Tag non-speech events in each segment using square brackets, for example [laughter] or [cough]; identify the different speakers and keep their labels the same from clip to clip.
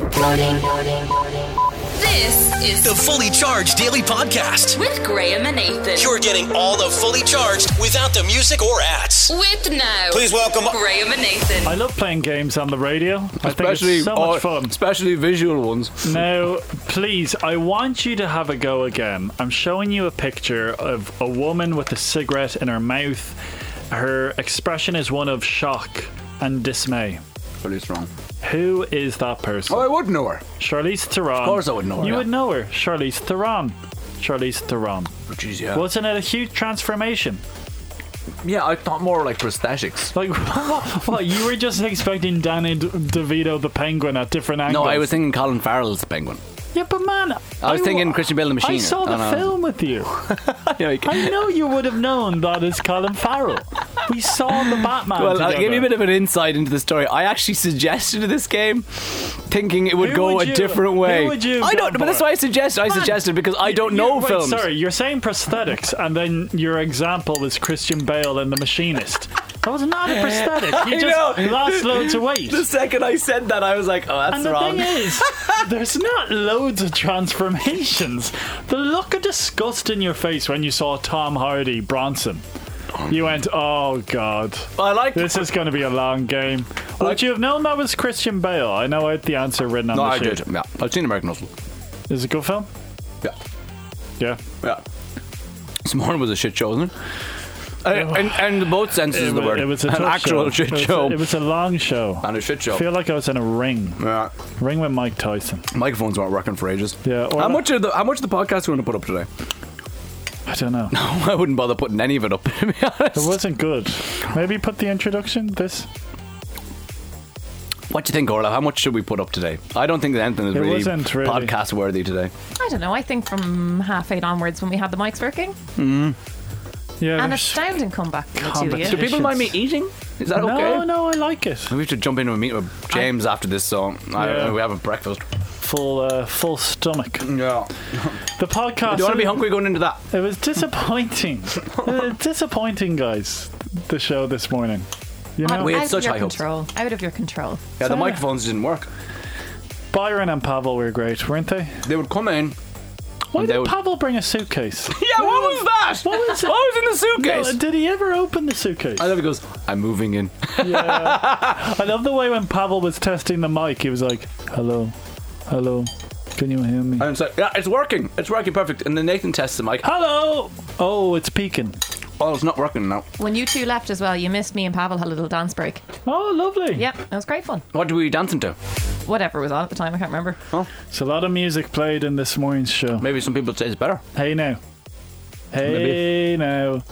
Speaker 1: Morning, morning, morning.
Speaker 2: This is
Speaker 3: The Fully Charged Daily Podcast.
Speaker 2: with Graham and Nathan.
Speaker 3: You're getting all of Fully Charged without the music or ads.
Speaker 2: with now.
Speaker 3: Please welcome.
Speaker 2: Graham and Nathan.
Speaker 4: I love playing games on the radio. I think
Speaker 5: especially
Speaker 4: it's so much
Speaker 5: or-
Speaker 4: fun.
Speaker 5: especially visual ones.
Speaker 4: Now, please, I want you to have a go again. I'm showing you a picture of a woman with a cigarette in her mouth. Her expression is one of shock and dismay.
Speaker 5: But it's wrong.
Speaker 4: Who is that person?
Speaker 5: Oh, I would know her.
Speaker 4: Charlize Theron. Of
Speaker 5: course I would know her,
Speaker 4: You
Speaker 5: yeah.
Speaker 4: would know her. Charlize Theron. Charlize Theron.
Speaker 5: Oh, Jeez, yeah.
Speaker 4: Wasn't it a huge transformation?
Speaker 5: Yeah, I thought more like prosthetics.
Speaker 4: Like, [laughs] what? You were just expecting Danny D- DeVito the penguin at different angles.
Speaker 5: No, I was thinking Colin Farrell's penguin.
Speaker 4: Yeah, but man,
Speaker 5: I was thinking Christian Bale the Machine.
Speaker 4: I saw the
Speaker 5: Oh, no.
Speaker 4: film with you.
Speaker 5: [laughs] Yeah, like-
Speaker 4: I know you would have known that is Colin Farrell. We saw the Batman.
Speaker 5: Well, I'll
Speaker 4: together.
Speaker 5: give you a bit of an insight into the story. I actually suggested this game, thinking it would
Speaker 4: Who
Speaker 5: go
Speaker 4: would
Speaker 5: a
Speaker 4: you-
Speaker 5: different
Speaker 4: who
Speaker 5: way.
Speaker 4: would you have
Speaker 5: I
Speaker 4: gone
Speaker 5: don't, but that's
Speaker 4: for?
Speaker 5: why I suggested. I
Speaker 4: Man,
Speaker 5: suggested because I
Speaker 4: you-
Speaker 5: don't
Speaker 4: you-
Speaker 5: know
Speaker 4: wait,
Speaker 5: films.
Speaker 4: Sorry, you're saying prosthetics, and then your example was Christian Bale and The Machinist. That was not a prosthetic. You
Speaker 5: [laughs] I
Speaker 4: just
Speaker 5: know.
Speaker 4: lost loads
Speaker 5: [laughs]
Speaker 4: of weight.
Speaker 5: [laughs] The second I said that, I was like, "Oh, that's
Speaker 4: and the
Speaker 5: wrong."
Speaker 4: thing is, there's not loads of transformations. The look of disgust in your face when you saw Tom Hardy Bronson. You went, oh god.
Speaker 5: I like.
Speaker 4: This is going to be a long game. Would
Speaker 5: Like-
Speaker 4: you have known that was Christian Bale? I know I had the answer written on
Speaker 5: no,
Speaker 4: the
Speaker 5: I
Speaker 4: sheet.
Speaker 5: did. Yeah, I've seen American Hustle.
Speaker 4: Is it a good film?
Speaker 5: Yeah,
Speaker 4: Yeah.
Speaker 5: yeah. This morning was a shit show, wasn't it? Uh, and, and the both senses
Speaker 4: It,
Speaker 5: of the
Speaker 4: wa-
Speaker 5: word.
Speaker 4: it was a
Speaker 5: [laughs] an
Speaker 4: tough show.
Speaker 5: actual shit
Speaker 4: it was,
Speaker 5: show. [laughs]
Speaker 4: It was a long show.
Speaker 5: and a shit
Speaker 4: I
Speaker 5: show.
Speaker 4: feel like I was in a ring.
Speaker 5: yeah.
Speaker 4: Ring with Mike Tyson.
Speaker 5: Microphones weren't working for ages.
Speaker 4: Yeah, or-
Speaker 5: How much of the how much of the podcast are we going to put up today? [laughs]
Speaker 4: I don't know.
Speaker 5: I wouldn't bother putting any of it up. [laughs] To be honest.
Speaker 4: It wasn't good. Maybe put the introduction. This.
Speaker 5: What do you think, Orla? How much should we put up today? I don't think that anything is
Speaker 4: It
Speaker 5: really,
Speaker 4: wasn't really.
Speaker 5: podcast worthy today.
Speaker 6: I don't know. I think from half eight onwards, when we had the mics working,
Speaker 4: Yeah.
Speaker 6: an
Speaker 4: there's-
Speaker 6: astounding comeback from the two of
Speaker 4: Competition.
Speaker 6: you.
Speaker 4: People mind me
Speaker 5: eating? Is that
Speaker 4: no,
Speaker 5: okay?
Speaker 4: no, I like it.
Speaker 5: We should jump in and meet with James after this, so
Speaker 4: Yeah.
Speaker 5: I, we have a breakfast.
Speaker 4: Full, uh, full stomach.
Speaker 5: Yeah.
Speaker 4: The podcast.
Speaker 5: Do you want to be hungry going into that?
Speaker 4: It was disappointing. [laughs] Uh, disappointing, guys. The show this morning. You know,
Speaker 5: We had
Speaker 6: out
Speaker 5: such
Speaker 6: of your
Speaker 5: high hopes.
Speaker 6: control. Out of your control.
Speaker 5: Yeah, the
Speaker 4: Fair.
Speaker 5: microphones didn't work.
Speaker 4: Byron and Pavel were great, weren't they?
Speaker 5: They would come in.
Speaker 4: Why
Speaker 5: And
Speaker 4: did
Speaker 5: they would-
Speaker 4: Pavel bring a suitcase?
Speaker 5: Yeah, what was that? [laughs]
Speaker 4: What was it?
Speaker 5: What was in the
Speaker 4: Uh,
Speaker 5: suitcase?
Speaker 4: Did he ever open the suitcase?
Speaker 5: Oh, I love it goes, I'm moving in.
Speaker 4: I love the way when Pavel was testing the mic, he was like, "Hello, hello, can you hear me?"
Speaker 5: And it's like, yeah, it's working. It's working perfect. And then Nathan tests the mic.
Speaker 4: hello. Oh, it's peaking.
Speaker 5: Oh, it's not working now.
Speaker 6: When you two left as well, you missed me and Pavel had a little dance break.
Speaker 4: Oh, lovely.
Speaker 6: Yep, it was great fun.
Speaker 5: What were we dancing to?
Speaker 6: Whatever was on at the time, I
Speaker 5: [laughs]
Speaker 6: can't remember.
Speaker 4: It's a lot of music played in this morning's show.
Speaker 5: Maybe some people say it's better.
Speaker 4: Hey now. Hey now.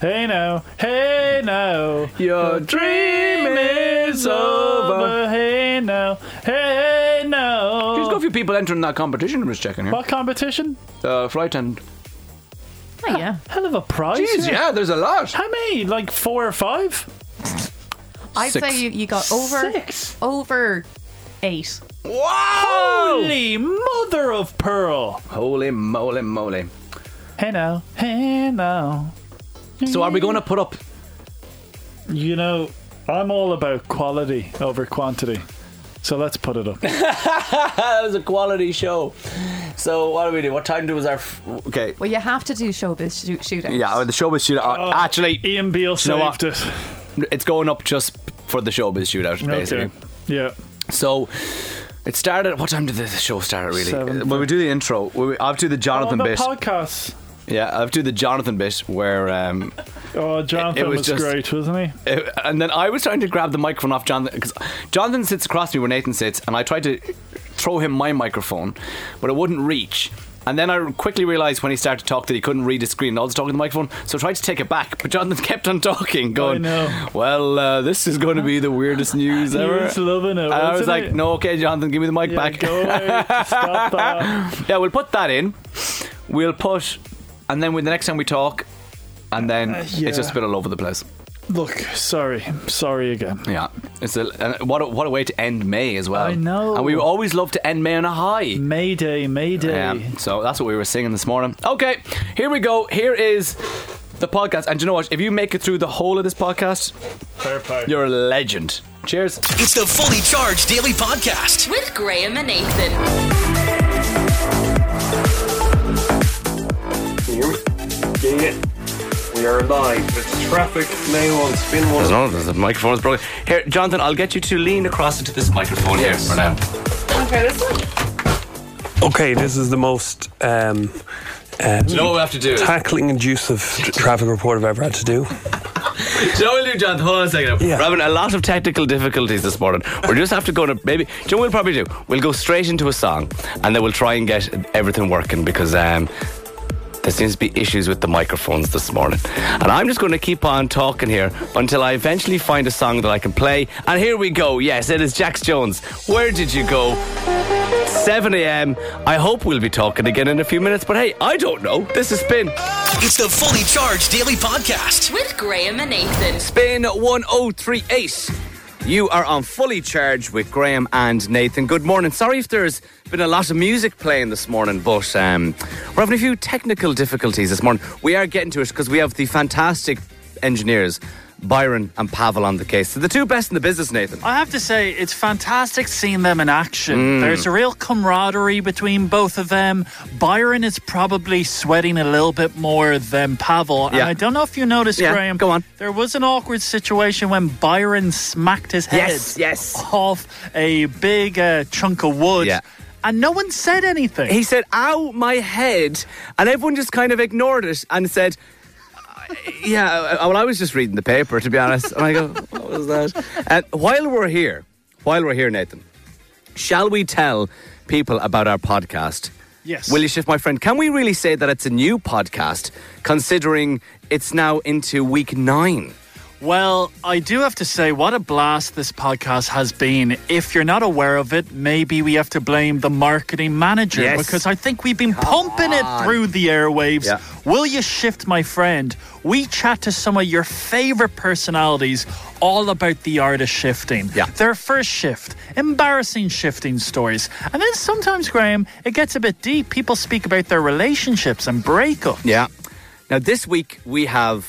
Speaker 4: Hey now. Hey now.
Speaker 5: Your
Speaker 4: dream is over. Hey now. Hey
Speaker 5: There's got a
Speaker 4: now.
Speaker 5: few people entering that competition. I'm just checking here.
Speaker 4: What competition?
Speaker 5: Uh, flight attendant.
Speaker 6: Oh, yeah.
Speaker 4: Hell of a prize.
Speaker 5: Jeez,
Speaker 4: here.
Speaker 5: yeah, there's a lot.
Speaker 4: How many? Like four or five?
Speaker 6: I'd
Speaker 5: Six.
Speaker 6: say you, you got over
Speaker 4: Six.
Speaker 6: over eight.
Speaker 5: Wow!
Speaker 4: Holy mother of pearl.
Speaker 5: Holy moly moly.
Speaker 4: Hey now. Hey now.
Speaker 5: So are we going to put up...
Speaker 4: You know, I'm all about quality over quantity. So let's put
Speaker 5: [laughs]
Speaker 4: it up.
Speaker 5: [laughs] That was a quality show. So what do we do? What time do was our... F- okay.
Speaker 6: Well, you have to do showbiz shoot- shootouts.
Speaker 5: Yeah, the showbiz shootout.
Speaker 4: Oh,
Speaker 5: Actually,
Speaker 4: Ian Beale
Speaker 5: know what?
Speaker 4: saved it.
Speaker 5: it's going up just for the showbiz shootout, basically.
Speaker 4: Okay. Yeah.
Speaker 5: So... It started. What time did the show start? Really?
Speaker 4: Seven.
Speaker 5: When we do the intro, when we, I'll do the Jonathan
Speaker 4: On the
Speaker 5: bit.
Speaker 4: podcast.
Speaker 5: yeah, I'll do the Jonathan bit where um, [laughs]
Speaker 4: Oh, Jonathan
Speaker 5: was
Speaker 4: was,
Speaker 5: just-
Speaker 4: great, wasn't he?
Speaker 5: Uh, and then I was trying to grab the microphone off Jonathan because Jonathan sits across me where Nathan sits, and I tried to throw him my microphone, but it wouldn't reach. And then I quickly realised when he started to talk that he couldn't read his screen and I was talking to the microphone, so I tried to take it back, but Jonathan [laughs] kept on talking, going,
Speaker 4: know.
Speaker 5: "Well, uh, this is going to be the weirdest
Speaker 4: [laughs]
Speaker 5: news ever."
Speaker 4: was loving it,
Speaker 5: And I was
Speaker 4: wasn't
Speaker 5: like,
Speaker 4: he?
Speaker 5: "No, okay, Jonathan, give me the mic
Speaker 4: Yeah,
Speaker 5: back." [laughs]
Speaker 4: go away. Stop that.
Speaker 5: yeah, we'll put that in. We'll put, and then we, the next time we talk, and then
Speaker 4: Uh, yeah.
Speaker 5: it's just a bit all over the place.
Speaker 4: Look, sorry. Sorry again.
Speaker 5: Yeah, it's a and what a, what a way to end May as well.
Speaker 4: I know.
Speaker 5: and we always love to end May on a high.
Speaker 4: Mayday, Mayday.
Speaker 5: Yeah, so that's what we were singing this morning. Okay, here we go. Here is the podcast. And do you know what? If you make it through the whole of this podcast,
Speaker 7: Fair play.
Speaker 5: you're a legend. Cheers.
Speaker 3: It's the Fully Charged Daily Podcast.
Speaker 2: With Graham and Nathan.
Speaker 8: Can you hear me? Yeah, yeah. We are live. It's traffic now on spin one.
Speaker 5: No, the microphone's broken. Here, Jonathan, I'll get you to lean across into this microphone here for now.
Speaker 9: Okay, this is the most um, um,
Speaker 5: You know what we have to do? Is, do
Speaker 9: tackling inducive tr traffic report I've ever had to do.
Speaker 5: you know what we'll do, Jonathan? Hold on a second.
Speaker 9: Yeah.
Speaker 5: We're having a lot of technical difficulties this morning. We'll just have to go to maybe. Do you know what we'll probably do? We'll go straight into a song and then we'll try and get everything working because um, there seems to be issues with the microphones this morning. And I'm just going to keep on talking here until I eventually find a song that I can play. And here we go. Yes, it is Jax Jones. Where did you go? 7 a.m. I hope we'll be talking again in a few minutes, but hey, I don't know. This is Spin.
Speaker 3: It's the Fully Charged Daily Podcast.
Speaker 2: With Graham and Nathan.
Speaker 5: Spin 1038. You are on fully charged with Graham and Nathan. Good morning. Sorry if there's been a lot of music playing this morning, but um, we're having a few technical difficulties this morning. We are getting to it because we have the fantastic engineers, Byron and Pavel, on the case. So the two best in the business, Nathan.
Speaker 4: I have to say, it's fantastic seeing them in action.
Speaker 5: Mm.
Speaker 4: There's a real camaraderie between both of them. Byron is probably sweating a little bit more than Pavel. And
Speaker 5: Yeah.
Speaker 4: I don't know if you noticed,
Speaker 5: Yeah,
Speaker 4: Graham.
Speaker 5: go on.
Speaker 4: There was an awkward situation when Byron smacked his head
Speaker 5: Yes, yes.
Speaker 4: off a big uh, chunk of wood.
Speaker 5: Yeah.
Speaker 4: And no one said anything.
Speaker 5: He said, ow, my head. And everyone just kind of ignored it and said, "Uh, yeah, well, I was just reading the paper, to be honest. And I go, [laughs] what was that? And while we're here, while we're here, Nathan, shall we tell people about our podcast?
Speaker 4: Yes.
Speaker 5: Will you shift, my friend? Can we really say that it's a new podcast, considering it's now into week nine?
Speaker 4: Well, I do have to say, what a blast this podcast has been. If you're not aware of it, maybe we have to blame the marketing manager
Speaker 5: Yes.
Speaker 4: because I think we've been pumping it through the airwaves.
Speaker 5: Yeah.
Speaker 4: Will you shift, my friend? We chat to some of your favorite personalities all about the art of shifting.
Speaker 5: Yeah.
Speaker 4: Their first shift, embarrassing shifting stories. And then sometimes, Graham, it gets a bit deep. People speak about their relationships and breakups.
Speaker 5: Yeah. Now, this week we have,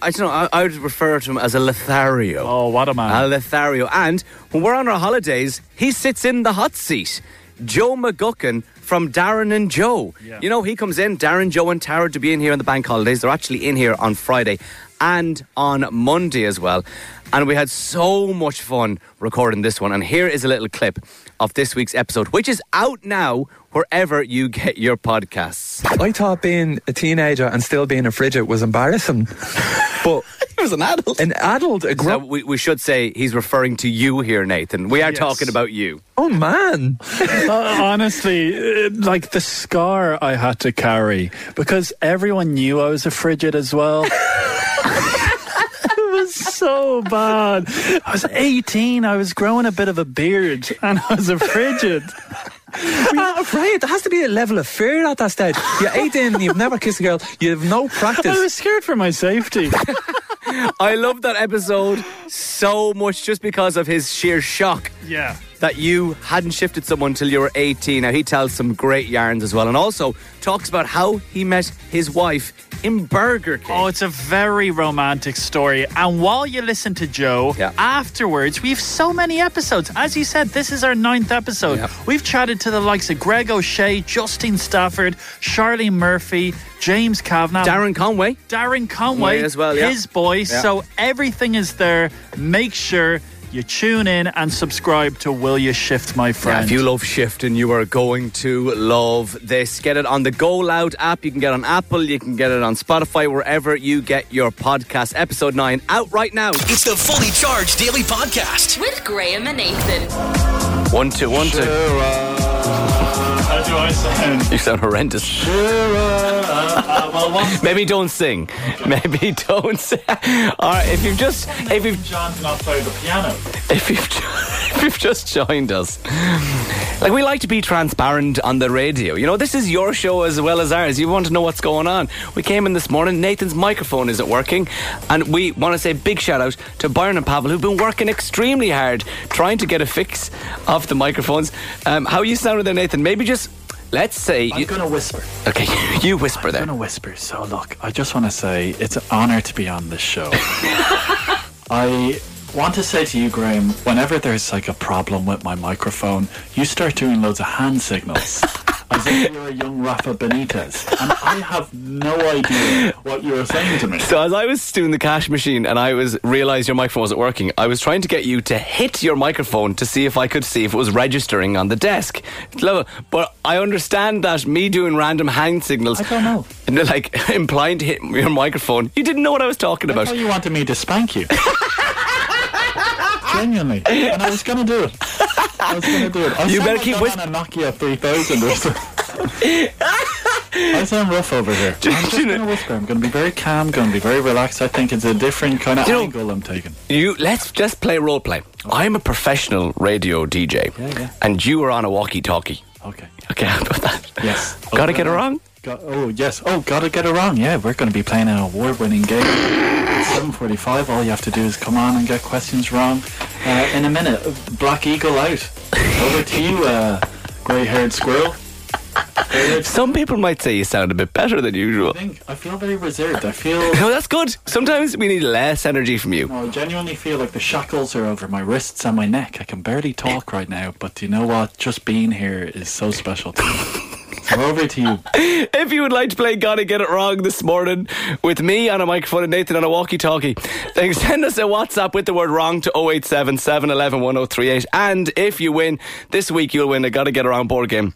Speaker 5: I don't know, I, I would refer to him as a Lothario.
Speaker 4: Oh, what a man.
Speaker 5: Al Lothario. And when we're on our holidays, he sits in the hot seat. Joe McGuckin from Darren and Joe.
Speaker 4: Yeah.
Speaker 5: You know, he comes in, Darren, Joe, and Tara to be in here on the bank holidays. They're actually in here on Friday and on Monday as well. And we had so much fun recording this one. And here is a little clip of this week's episode, which is out now wherever you get your podcasts.
Speaker 10: I thought being a teenager and still being a frigid was embarrassing. [laughs] But he was an adult. An adult, a
Speaker 5: So
Speaker 10: grown
Speaker 5: we, we should say he's referring to you here, Nathan. We are
Speaker 4: Yes.
Speaker 5: talking about you.
Speaker 10: oh, man.
Speaker 4: Uh,
Speaker 7: Honestly, uh, like the scar I had to carry because everyone knew I was a frigid as well. [laughs] it was so bad. I was 18, I was growing a bit of a beard, and I was a frigid.
Speaker 10: I'm not afraid. There has to be a level of fear at that stage. You're 18 and you've never kissed a girl. You have no
Speaker 7: I
Speaker 10: practice.
Speaker 7: was scared for my safety.
Speaker 5: I love that episode so much just because of his sheer shock
Speaker 4: yeah.
Speaker 5: that you hadn't shifted someone till you were 18. Now, he tells some great yarns as well and also talks about how he met his wife in Burger King.
Speaker 4: Oh, it's a very romantic story. And while you listen to Joe,
Speaker 5: Yeah.
Speaker 4: afterwards, we have so many episodes. As you said, this is our ninth episode.
Speaker 5: Yeah.
Speaker 4: We've chatted to the likes of Greg O'Shea, Justine Stafford, Charlene Murphy, James Kavanagh,
Speaker 5: Darren Conway.
Speaker 4: Darren Conway,
Speaker 5: Way as well, yeah.
Speaker 4: his boy.
Speaker 5: Yeah.
Speaker 4: So everything is there. Make sure you tune in and subscribe to Will You Shift My
Speaker 5: Yeah,
Speaker 4: Friend.
Speaker 5: if you love shifting, you are going to love this. Get it on the Go Loud app. You can get it on Apple. You can get it on Spotify, wherever you get your podcast. Episode 9 out right now.
Speaker 3: It's the Fully Charged Daily Podcast.
Speaker 2: With Graham and Nathan.
Speaker 5: One, two, one, two.
Speaker 7: How do I sound?
Speaker 5: You sound horrendous.
Speaker 7: um, uh, well, one
Speaker 5: Maybe don't sing. [laughs] Maybe don't sing. All right, if you've just if you've
Speaker 7: John's not play the piano.
Speaker 5: if you've [laughs] if you've just joined us, like we like to be transparent on the radio. You know, this is your show as well as ours. You want to know what's going on. We came in this morning. Nathan's microphone isn't working, and we want to say big shout out to Byron and Pavel who've been working extremely hard trying to get a fix of the microphones. Um, how you sound with there, Nathan? Maybe just Let's say.
Speaker 4: I'm
Speaker 5: you-
Speaker 4: going to whisper.
Speaker 5: okay, [laughs] you whisper
Speaker 4: I'm
Speaker 5: there.
Speaker 4: going to whisper. So, look, I just want to say it's an honor to be on this show. I want to say to you, Graham, whenever there's like a problem with my microphone, you start doing loads of hand signals. As if you were a young Rafa Benitez, and I have no idea what you were saying to me.
Speaker 5: So as I was doing the cash machine and I was realized your microphone wasn't working, I was trying to get you to hit your microphone to see if I could see if it was registering on the desk level. But I understand that me doing random hand signals,
Speaker 4: I don't know.
Speaker 5: and they're like [laughs] implying to hit your microphone, you didn't know what I was talking
Speaker 4: I
Speaker 5: about.
Speaker 4: thought you wanted me to spank you. Genuinely, and I was gonna do it. I was gonna do it. I
Speaker 5: [laughs] You
Speaker 4: sound
Speaker 5: better
Speaker 4: like
Speaker 5: keep
Speaker 4: I'm
Speaker 5: whis-
Speaker 4: on a Nokia 3000 or something.
Speaker 5: [laughs]
Speaker 4: I sound rough over here. I'm just
Speaker 5: you know-
Speaker 4: gonna whisper. I'm gonna be very calm. Gonna be very relaxed. I think it's a different kind of
Speaker 5: You know-
Speaker 4: angle I'm taking.
Speaker 5: You let's just play role play. I'm a professional radio DJ,
Speaker 4: Yeah, yeah.
Speaker 5: and you were on a walkie-talkie.
Speaker 4: Okay.
Speaker 5: Okay, [laughs] how about that?
Speaker 4: Yes.
Speaker 5: Gotta get it wrong.
Speaker 4: Got, oh yes. Oh, gotta get it wrong. Yeah, we're gonna be playing an award-winning game. It's 7:45. All you have to do is come on and get questions wrong. Uh, in a minute, Black Eagle out. Over to you, uh, grey-haired squirrel. Very good.
Speaker 5: Some people might say you sound a bit better than usual. [laughs]
Speaker 4: I think- I feel very reserved. I feel.
Speaker 5: No, that's good. Sometimes we need less energy from you.
Speaker 4: I genuinely feel like the shackles are over my wrists and my neck. I can barely talk right now, but do you know what? Just being here is so special to me. So over to you.
Speaker 5: If you would like to play Gotta Get It Wrong this morning with me on a microphone and Nathan on a walkie talkie, then send us a WhatsApp with the word wrong to 087 711 1038. And if you win, this week you'll win a Gotta Get It Wrong board game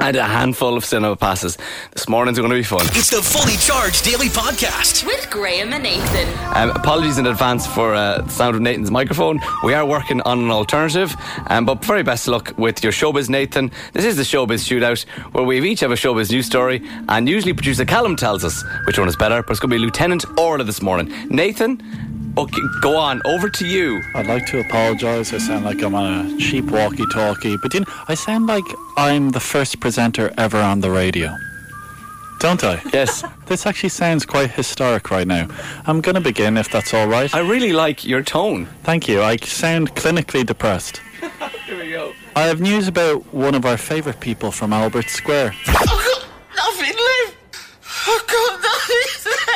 Speaker 5: and a handful of cinema passes. This morning's going to be fun.
Speaker 3: It's the Fully Charged Daily Podcast.
Speaker 2: With Graham and Nathan.
Speaker 5: Um, apologies in advance for uh, the sound of Nathan's microphone. We are working on an alternative, um, but very best of luck with your showbiz, Nathan. This is the showbiz shootout where we each have a showbiz news story, and usually producer Callum tells us which one is better. But it's going to be Lieutenant Orla this morning. Nathan, okay, go on over to you.
Speaker 4: I'd like to apologise. I sound like I'm on a cheap walkie-talkie, but you know, I sound like I'm the first presenter ever on the radio. Don't I?
Speaker 5: Yes,
Speaker 4: This actually sounds quite historic right now. I'm going to begin, if that's all right.
Speaker 5: I really like your tone.
Speaker 4: Thank you. I sound clinically depressed.
Speaker 5: Here we go.
Speaker 4: I have news about one of our favourite people from Albert Square.
Speaker 11: Nothing left. I got nothing left.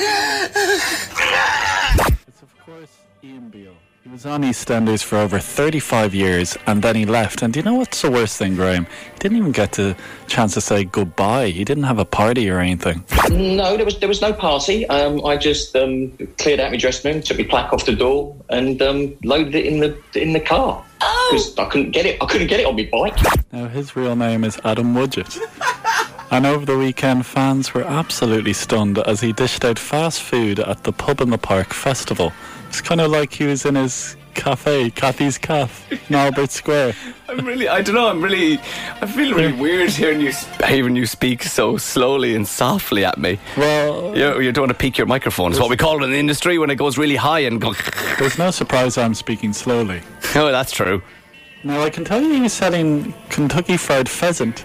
Speaker 4: It's of course Ian Beale. He was on EastEnders for over 35 years and then he left. And do you know what's the worst thing, Graham? He didn't even get the chance to say goodbye. He didn't have a party or anything.
Speaker 11: No, there was there was no party. Um, I just um, cleared out my dressing room, took my plaque off the door, and um, loaded it in the in the car because I couldn't get it. I couldn't get it on my bike.
Speaker 4: Now, his real name is Adam Woodgett. And over the weekend, fans were absolutely stunned as he dished out fast food at the Pub in the Park festival. It's kind of like he was in his cafe, Kathy's Cafe, in Albert Square.
Speaker 5: I'm really, I don't know, I'm really, I feel really weird hearing you, sp- hearing you speak so slowly and softly at me.
Speaker 4: Well,
Speaker 5: You, you don't want to peak your microphone. It's what we call it in the industry when it goes really high and go. [laughs]
Speaker 4: there's no surprise I'm speaking slowly.
Speaker 5: oh, that's true.
Speaker 4: Now I can tell you he's selling Kentucky Fried Pheasant.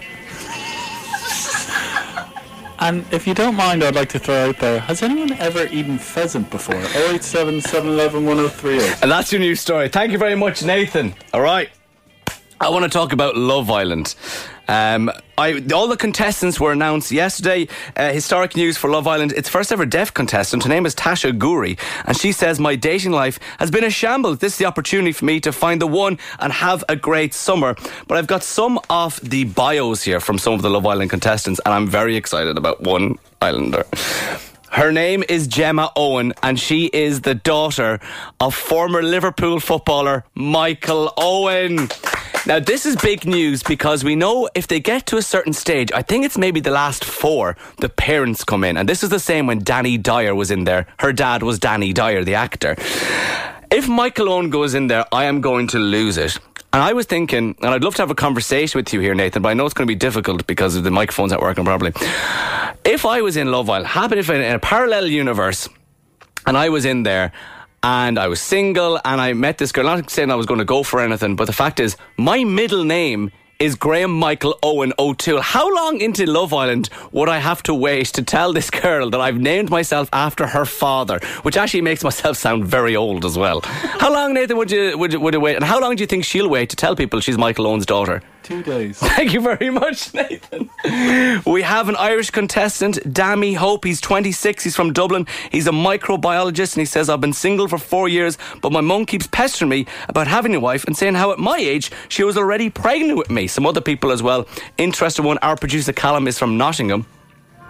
Speaker 4: and if you don't mind, I'd like to throw out there, has anyone ever eaten pheasant before? 087 711 1038.
Speaker 5: And that's your new story. Thank you very much, Nathan. All right. I want to talk about Love Island. Um, I, all the contestants were announced yesterday. Uh, historic news for Love Island. Its first ever deaf contestant. Her name is Tasha Guri, and she says, "My dating life has been a shambles. This is the opportunity for me to find the one and have a great summer." But I've got some of the bios here from some of the Love Island contestants, and I'm very excited about one Islander. Her name is Gemma Owen, and she is the daughter of former Liverpool footballer Michael Owen. Now, this is big news because we know if they get to a certain stage, I think it's maybe the last four, the parents come in. And this is the same when Danny Dyer was in there. Her dad was Danny Dyer, the actor. If Michael Owen goes in there, I am going to lose it. And I was thinking, and I'd love to have a conversation with you here, Nathan, but I know it's going to be difficult because the microphone's not working properly. If I was in Love Island, happen if in a parallel universe, and I was in there and I was single and I met this girl. Not saying I was going to go for anything, but the fact is, my middle name is Graham Michael Owen O'Toole. How long into Love Island would I have to wait to tell this girl that I've named myself after her father, which actually makes myself sound very old as well? How long, Nathan, would you would you, would you wait? And how long do you think she'll wait to tell people she's Michael Owen's daughter?
Speaker 12: Two days.
Speaker 5: Thank you very much, Nathan. We have an Irish contestant, Dammy Hope. He's 26. He's from Dublin. He's a microbiologist, and he says, I've been single for four years, but my mum keeps pestering me about having a wife and saying how at my age she was already pregnant with me. Some other people as well. Interesting one. Our producer, Callum, is from Nottingham.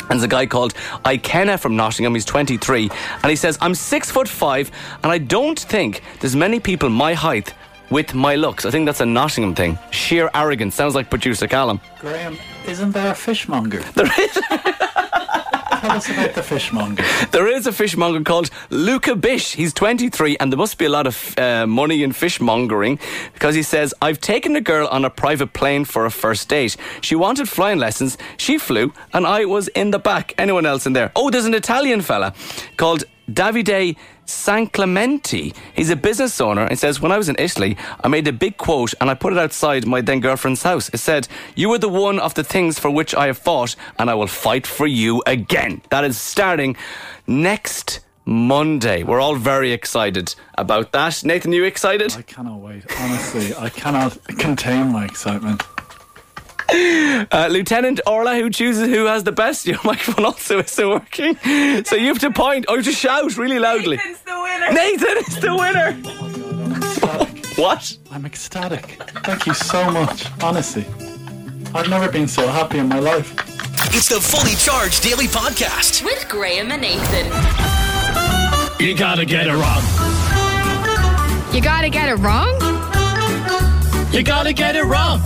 Speaker 5: And there's a guy called Ikenna from Nottingham. He's 23. And he says, I'm six foot five, and I don't think there's many people my height with my looks. I think that's a Nottingham thing. Sheer arrogance. Sounds like producer Callum. [laughs]
Speaker 12: Graham, isn't there a fishmonger? There is. [laughs] Tell us about the fishmonger.
Speaker 5: There is a fishmonger called Luca Bish. He's 23, and there must be a lot of uh, money in fishmongering because he says, I've taken a girl on a private plane for a first date. She wanted flying lessons, she flew, and I was in the back. Anyone else in there? Oh, there's an Italian fella called Davide Sanclementi. He's a business owner and says, When I was in Italy, I made a big quote and I put it outside my then girlfriend's house. It said, You are the one of the things for which I have fought and I will fight for you again. That is starting next Monday. We're all very excited about that. Nathan, you excited?
Speaker 12: I cannot wait. Honestly, I cannot contain my excitement.
Speaker 5: Uh, Lieutenant Orla, who chooses who has the best, [laughs] your microphone also isn't working. So you have to point, or you have to shout really loudly. Nathan's the winner. Nathan is the winner. [laughs] what?
Speaker 12: I'm ecstatic. Thank you so much. Honestly, I've never been so happy in my life.
Speaker 3: It's the Fully Charged Daily Podcast.
Speaker 2: With Graham and Nathan.
Speaker 3: You gotta get it wrong.
Speaker 13: You gotta get it wrong? You gotta get it wrong.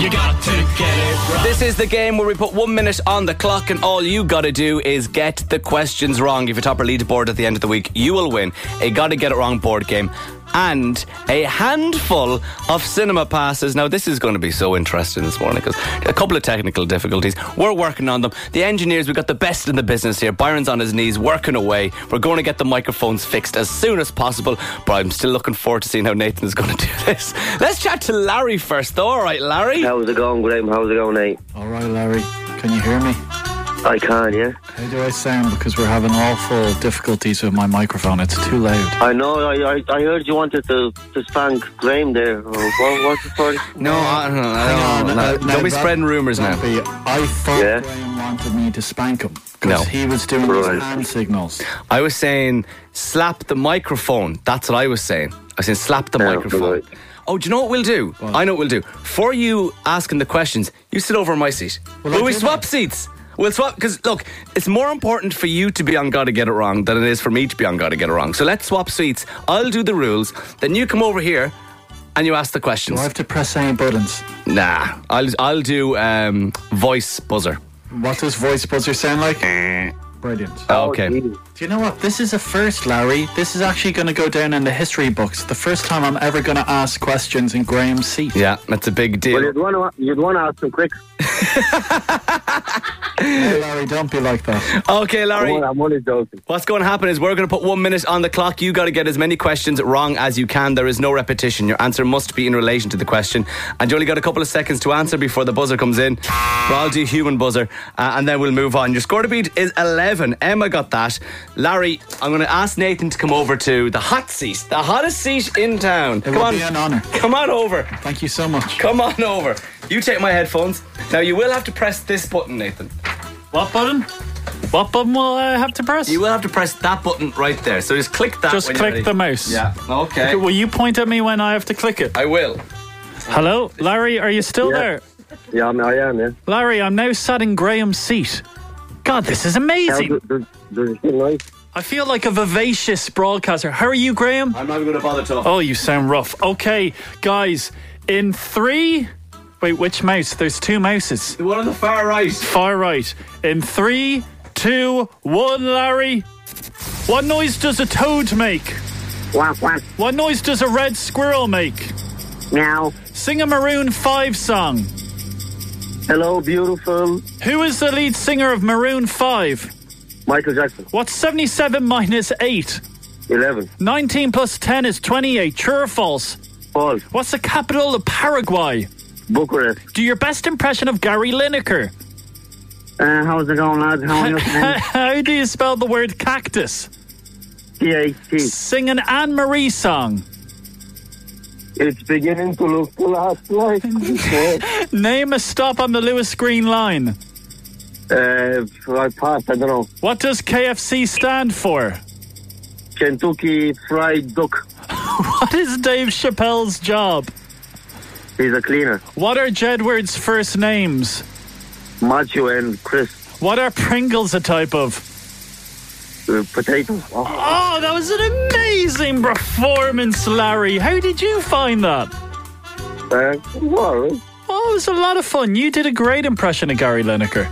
Speaker 3: You got to get it wrong.
Speaker 5: This is the game where we put one minute on the clock, and all you gotta do is get the questions wrong. If you top our leaderboard at the end of the week, you will win a Gotta Get It Wrong board game and a handful of cinema passes. Now, this is going to be so interesting this morning because a couple of technical difficulties. We're working on them. The engineers, we've got the best in the business here. Byron's on his knees, working away. We're going to get the microphones fixed as soon as possible, but I'm still looking forward to seeing how Nathan's going to [laughs] do this. Let's chat to Larry first, though. All right, Larry.
Speaker 10: How's it going, Graham? How's it going, Nate?
Speaker 12: All right, Larry, can you hear me?
Speaker 10: I can, yeah.
Speaker 12: How do I sound? Because we're having awful difficulties with my microphone. It's too loud.
Speaker 10: I know. I, I, I heard you wanted to, to spank Graham there. Or What, what's the story?
Speaker 5: No, I don't know. I don't, know.
Speaker 12: uh,
Speaker 5: Don't
Speaker 12: now
Speaker 5: be
Speaker 12: that-
Speaker 5: spreading rumours now.
Speaker 12: Be- I thought
Speaker 5: Yeah.
Speaker 12: Graham wanted me to spank him because
Speaker 5: No.
Speaker 12: he was doing
Speaker 5: Right.
Speaker 12: his hand signals.
Speaker 5: I was saying slap the microphone. That's what I was saying. I was saying slap the microphone. Oh, do you know what we'll do? I know what we'll do. For you asking the questions, you sit over in my seat. Will we swap seats? We'll swap because look, it's more important for you to be on Gotta Get It Wrong than it is for me to be on Gotta Get It Wrong. So let's swap seats. I'll do the rules, then you come over here and you ask the
Speaker 12: Do
Speaker 5: questions.
Speaker 12: I have to press any buttons?
Speaker 5: Nah, I'll I'll do um, voice buzzer.
Speaker 12: What does voice buzzer sound like? Brilliant.
Speaker 5: okay.
Speaker 12: Do you know what? This is a first, Larry. This is actually going to go down in the history books. The first time I'm ever going to ask questions in Graham's seat.
Speaker 5: Yeah, that's a big deal.
Speaker 10: Well, you'd want to you'd want to ask him quick.
Speaker 12: Hey, Larry, don't be like that.
Speaker 5: Okay, Larry.
Speaker 12: Come
Speaker 10: I'm only joking.
Speaker 5: What's going to happen is we're going to put one minute on the clock. You got to get as many questions wrong as you can. There is no repetition. Your answer must be in relation to the question, and you only got a couple of seconds to answer before the buzzer comes in. But I'll do human buzzer, uh, and then we'll move on. Your score to beat is eleven. Emma got that. Larry, I'm going to ask Nathan to come over to the hot seat, the hottest seat in town. come
Speaker 12: would
Speaker 5: on,
Speaker 12: be an honour.
Speaker 5: Come on over.
Speaker 12: Thank you so much.
Speaker 5: Come on over. You take my headphones. Now you will have to press this button, Nathan.
Speaker 4: What button? What button will I have to press?
Speaker 5: You will have to press that button right there. So just click that.
Speaker 4: Just
Speaker 5: when you're
Speaker 4: click
Speaker 5: ready.
Speaker 4: the mouse.
Speaker 5: Yeah. Okay.
Speaker 4: Will you point at me when I have to click it?
Speaker 5: I will.
Speaker 4: Hello, Larry. Are you still there?
Speaker 10: Yeah, I, mean, I am. Yeah.
Speaker 4: Larry, I'm now sat in Graham's seat. God, this is amazing.
Speaker 10: Does, does it seem nice?
Speaker 4: I feel like a vivacious broadcaster. How are you, Graham?
Speaker 5: I'm not even going to bother talking.
Speaker 4: Oh, you sound rough. Okay, guys, in three. Wait, which mouse? There's two mouses. The
Speaker 5: one on the far right.
Speaker 4: Far right. In three, two, one, Larry. What noise does a toad make?
Speaker 10: Wah, wah.
Speaker 4: What noise does a red squirrel make?
Speaker 10: Meow.
Speaker 4: Sing a Maroon 5 song.
Speaker 10: Hello, beautiful.
Speaker 4: Who is the lead singer of Maroon 5?
Speaker 10: Michael Jackson.
Speaker 4: What's 77 minus 8?
Speaker 10: Eleven.
Speaker 4: 19 plus 10 is 28. True or false?
Speaker 10: False.
Speaker 4: What's the capital of Paraguay?
Speaker 10: Bucharest.
Speaker 4: Do your best impression of Gary Lineker. [laughs]
Speaker 10: Uh, how's it going, lads? How [laughs] are you?
Speaker 4: How do you spell the word cactus?
Speaker 10: C-A-C.
Speaker 4: Sing an Anne Marie song.
Speaker 10: It's beginning to look to last [laughs] night.
Speaker 4: Name a stop on the Lewis Green line.
Speaker 10: Uh, I passed, I don't know.
Speaker 4: What does KFC stand for?
Speaker 10: Kentucky Fried Duck.
Speaker 4: what is Dave Chappelle's job?
Speaker 10: He's a cleaner.
Speaker 4: What are Jedward's first names?
Speaker 10: Macho and Chris.
Speaker 4: What are Pringles a type of?
Speaker 10: Uh, potatoes.
Speaker 4: Oh, that was an amazing performance, Larry. How did you find that?
Speaker 10: Uh, well,
Speaker 4: Oh, it was a lot of fun. You did a great impression of Gary Lineker.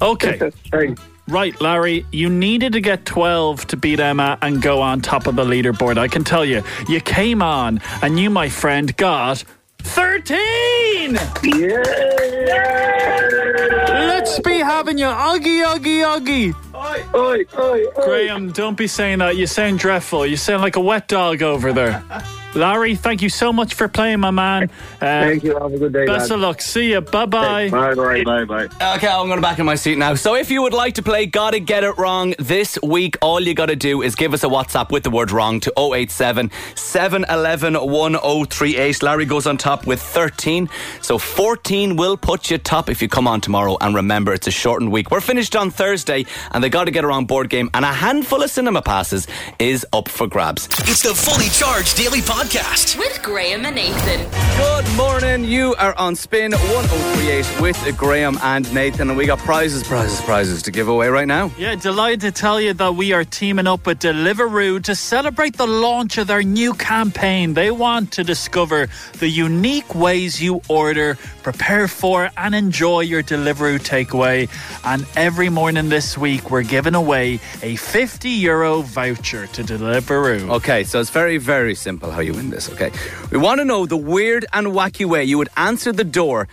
Speaker 4: Okay. Right, Larry, you needed to get 12 to beat Emma and go on top of the leaderboard. I can tell you, you came on and you, my friend, got 13!
Speaker 10: Yeah!
Speaker 4: Let's be having your Oggy, Oggy,
Speaker 10: Oggy! Oi, oi, oi!
Speaker 4: Graham, don't be saying that. You sound dreadful. You sound like a wet dog over there. Larry, thank you so much for playing, my man. Uh,
Speaker 10: Thank you. Have a good day.
Speaker 4: Best
Speaker 10: lad.
Speaker 4: of luck. See you. Bye bye.
Speaker 10: Bye, bye, bye, bye.
Speaker 5: Okay, I'm going to back in my seat now. So, if you would like to play Gotta Get It Wrong this week, all you got to do is give us a WhatsApp with the word wrong to 087 711 1038. Larry goes on top with 13. So, 14 will put you top if you come on tomorrow. And remember, it's a shortened week. We're finished on Thursday, and the Gotta Get It Wrong board game and a handful of cinema passes is up for grabs.
Speaker 3: It's the Fully Charged Daily Podcast.
Speaker 2: With Graham and Nathan.
Speaker 5: Good morning. You are on spin 1038 with Graham and Nathan, and we got prizes, prizes, prizes to give away right now.
Speaker 4: Yeah, delighted to tell you that we are teaming up with Deliveroo to celebrate the launch of their new campaign. They want to discover the unique ways you order, prepare for, and enjoy your Deliveroo takeaway. And every morning this week, we're giving away a 50 euro voucher to Deliveroo.
Speaker 5: Okay, so it's very, very simple how you win this, okay? We want to know the weird and wacky way you would answer the door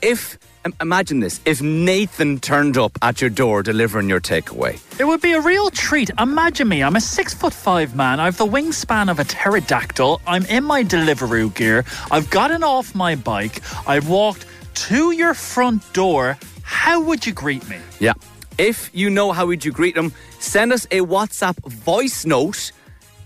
Speaker 5: if, im- imagine this, if Nathan turned up at your door delivering your takeaway.
Speaker 4: It would be a real treat. Imagine me. I'm a six foot five man. I've the wingspan of a pterodactyl. I'm in my Deliveroo gear. I've gotten off my bike. I've walked to your front door. How would you greet me?
Speaker 5: Yeah. If you know how would you greet them, send us a WhatsApp voice note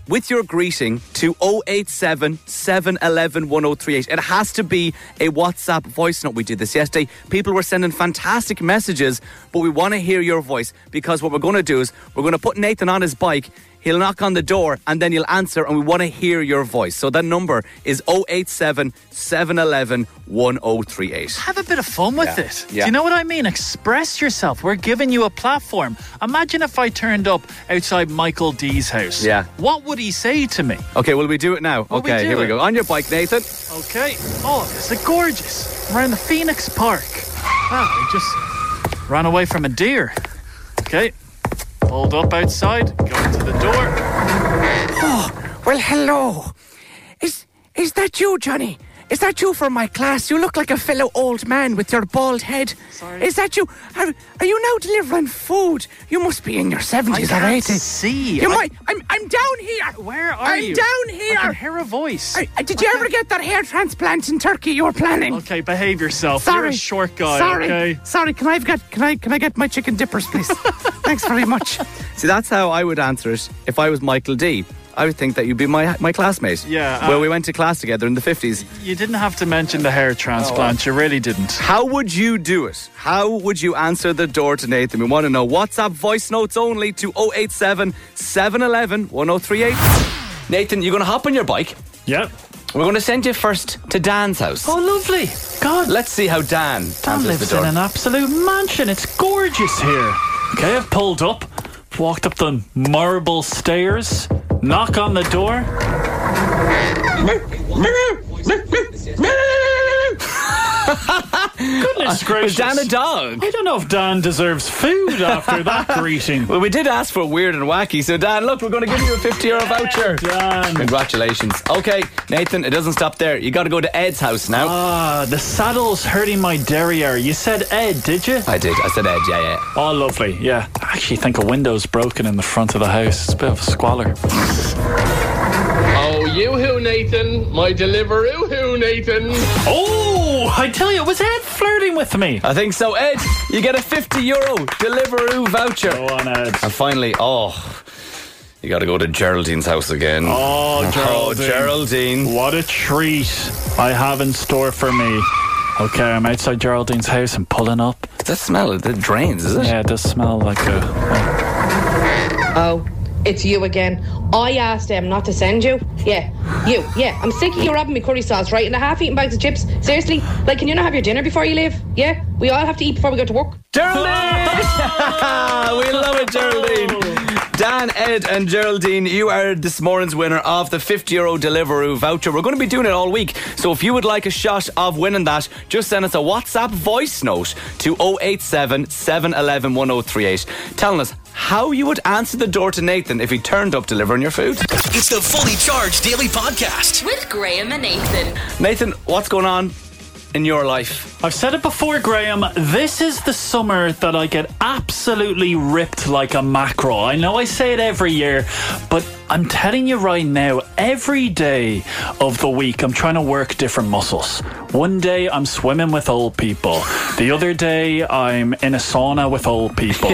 Speaker 5: with your greeting to 087 711 1038. It has to be a WhatsApp voice note. We did this yesterday. People were sending fantastic messages, but we want to hear your voice because what we're going to do is we're going to put Nathan on his bike. He'll knock on the door and then you'll answer, and we want to hear your voice. So that number is 087 711 1038.
Speaker 4: Have a bit of fun with
Speaker 5: Yeah.
Speaker 4: it.
Speaker 5: Yeah.
Speaker 4: Do you know what I mean? Express yourself. We're giving you a platform. Imagine if I turned up outside Michael D's house.
Speaker 5: Yeah.
Speaker 4: What would he say to me?
Speaker 5: Okay, will we do it now?
Speaker 4: Will we
Speaker 5: okay,
Speaker 4: do
Speaker 5: here we
Speaker 4: it?
Speaker 5: go. On your bike, Nathan.
Speaker 4: Okay. Oh, this is gorgeous. We're in the Phoenix Park. Wow, we just ran away from a deer. Okay. Pulled up outside, going to the door.
Speaker 14: Oh, well, hello. Is is that you, Johnny? Is that you from my class? You look like a fellow old man with your bald head.
Speaker 4: Sorry.
Speaker 14: Is that you? Are, are you now delivering food? You must be in your seventies
Speaker 4: I
Speaker 14: or
Speaker 4: can't
Speaker 14: eighties.
Speaker 4: see.
Speaker 14: You
Speaker 4: I-
Speaker 14: might. I'm I'm down here.
Speaker 4: Where are
Speaker 14: I'm
Speaker 4: you?
Speaker 14: down here.
Speaker 4: I can hear a voice.
Speaker 14: I- I- did you ever get that hair transplant in Turkey you were planning?
Speaker 4: Okay, behave yourself.
Speaker 14: Sorry,
Speaker 4: You're a short guy,
Speaker 14: Sorry,
Speaker 4: okay?
Speaker 14: sorry. Can I've got can I can I get my chicken dippers,
Speaker 4: [laughs]
Speaker 14: please? Thanks very much.
Speaker 5: See, that's how I would answer it if I was Michael D. I would think that you'd be my my classmate.
Speaker 4: Yeah, uh,
Speaker 5: Well, we went to class together in the 50s.
Speaker 4: You didn't have to mention the hair
Speaker 14: Oh.
Speaker 4: transplant. You really didn't.
Speaker 5: How would you do it? How would you answer the door to Nathan? We want to know. WhatsApp voice notes only to 087 711 1038. Nathan, you're going to hop on your bike.
Speaker 15: Yep.
Speaker 5: We're going to send you first to Dan's house.
Speaker 15: Oh, lovely. God.
Speaker 5: Let's see how Dan,
Speaker 15: Dan
Speaker 5: answers
Speaker 15: lives
Speaker 5: the door.
Speaker 15: in an absolute mansion. It's gorgeous here. Okay, I've pulled up, walked up the marble stairs, knock on the door. [laughs] Goodness gracious.
Speaker 5: Was Dan a dog?
Speaker 15: I don't know if Dan deserves food after [laughs] that greeting.
Speaker 5: Well, we did ask for weird and wacky, so Dan, look, we're going to give you a 50 euro voucher.
Speaker 15: Dan.
Speaker 5: Congratulations. Okay, Nathan, it doesn't stop there. You got to go to Ed's house now.
Speaker 15: Ah, the saddle's hurting my derriere. You said Ed, did you?
Speaker 5: I did. I said Ed, yeah, yeah.
Speaker 15: Oh, lovely. Yeah. I actually think a window's broken in the front of the house. It's a bit of a squalor.
Speaker 16: Oh, you who, Nathan? My Deliveroo who, Nathan?
Speaker 15: Oh, I tell you, was Ed flirting with me?
Speaker 5: I think so, Ed. You get a 50 euro Deliveroo voucher.
Speaker 15: Go on, Ed.
Speaker 5: And finally, oh, You got to go to Geraldine's house again.
Speaker 4: Oh, Geraldine.
Speaker 5: Geraldine.
Speaker 4: What a treat I have in store for me. Okay, I'm outside Geraldine's house and pulling up.
Speaker 5: That smell, it drains, is it?
Speaker 4: Yeah, it does smell like a.
Speaker 16: Oh, it's you again. I asked them not to send you. Yeah, you. Yeah, I'm sick of you having me curry sauce, right? And a half-eaten bags of chips. Seriously, like, can you not have your dinner before you leave? Yeah, we all have to eat before we go to work.
Speaker 4: [laughs]
Speaker 5: Geraldine! Ah, we love it, [laughs] Geraldine. Dan, Ed, and Geraldine, you are this morning's winner of the 50 euro Deliveroo voucher. We're going to be doing it all week. So if you would like a shot of winning that, just send us a WhatsApp voice note to 087 711 1038 telling us how you would answer the door to Nathan if he turned up delivering your food.
Speaker 3: It's the Fully Charged Daily Podcast.
Speaker 2: With Graham and Nathan.
Speaker 5: Nathan, what's going on in your life?
Speaker 4: I've said it before, Graham. This is the summer that I get absolutely ripped like a mackerel. I know I say it every year, but I'm telling you right now, every day of the week, I'm trying to work different muscles. One day, I'm swimming with old people. The other day, I'm in a sauna with old people.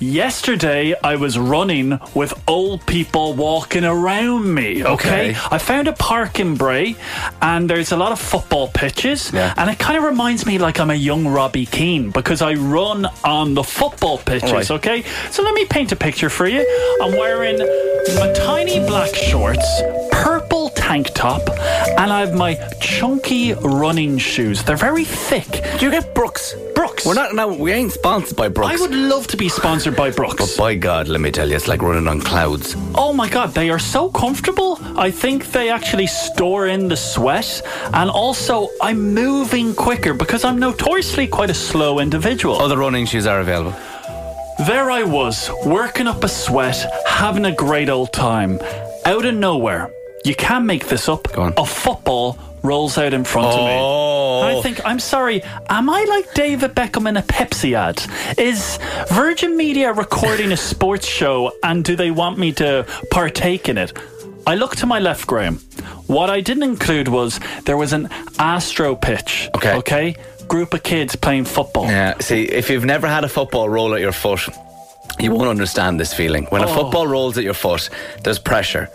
Speaker 4: Yesterday, I was running with old people walking around me. Okay.
Speaker 5: Okay.
Speaker 4: I found a park in Bray, and there's a lot of football pitches. And it kind of reminds me like I'm a young Robbie Keane because I run on the football pitches.
Speaker 5: Right.
Speaker 4: Okay. So let me paint a picture for you. I'm wearing my tiny black shorts, purple tank top, and I have my chunky running shoes. They're very thick. Do
Speaker 5: you get Brooks?
Speaker 4: Brooks.
Speaker 5: We're not, no, we ain't sponsored by Brooks.
Speaker 4: I would love to be sponsored by Brooks.
Speaker 5: But by God, let me tell you, it's like running on clouds.
Speaker 4: Oh my god, they are so comfortable. I think they actually store in the sweat. And also, I'm moving quicker because I'm notoriously quite a slow individual.
Speaker 5: Other running shoes are available.
Speaker 4: There I was, working up a sweat, having a great old time. Out of nowhere, you can make this up, a football rolls out in front of me. And I think, I'm sorry, am I like David Beckham in a Pepsi ad? Is Virgin Media recording a sports show and do they want me to partake in it? I looked to my left, Graham. What I didn't include was there was an Astro pitch. Okay. Okay? Group of kids playing football.
Speaker 5: Yeah, Uh, see, if you've never had a football roll at your foot, you won't understand this feeling. When a
Speaker 4: Oh.
Speaker 5: football rolls at your foot, there's pressure.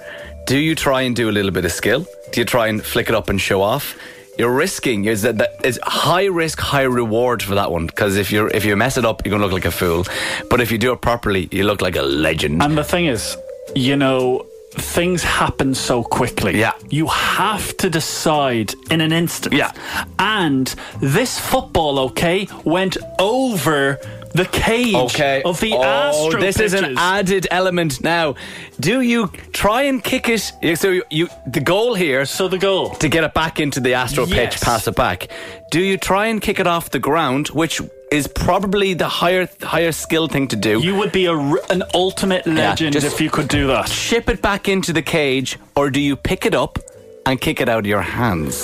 Speaker 5: Do you try and do a little bit of skill? Do you try and flick it up and show off? You're risking is that that is high risk, high reward for that one. Because if you if you mess it up, you're gonna look like a fool. But if you do it properly, you look like a legend.
Speaker 4: And the thing is, you know, things happen so quickly. Yeah. You have to decide in an instant. Yeah. And this football, okay, went over the cage
Speaker 5: Okay.
Speaker 4: of the
Speaker 5: oh,
Speaker 4: Astro
Speaker 5: this is an
Speaker 4: pitches.
Speaker 5: added element now. Do you try and kick it? yeah, So you, you the goal here.
Speaker 4: So the goal
Speaker 5: to get it back into the Astro
Speaker 4: Yes.
Speaker 5: pitch, pass it back. Do you try and kick it off the ground, which is probably the higher higher skill thing to do?
Speaker 4: You would be a r an ultimate
Speaker 5: Yeah,
Speaker 4: legend
Speaker 5: just
Speaker 4: if you could do that.
Speaker 5: Ship it back into the cage, or do you pick it up and kick it out of your hands?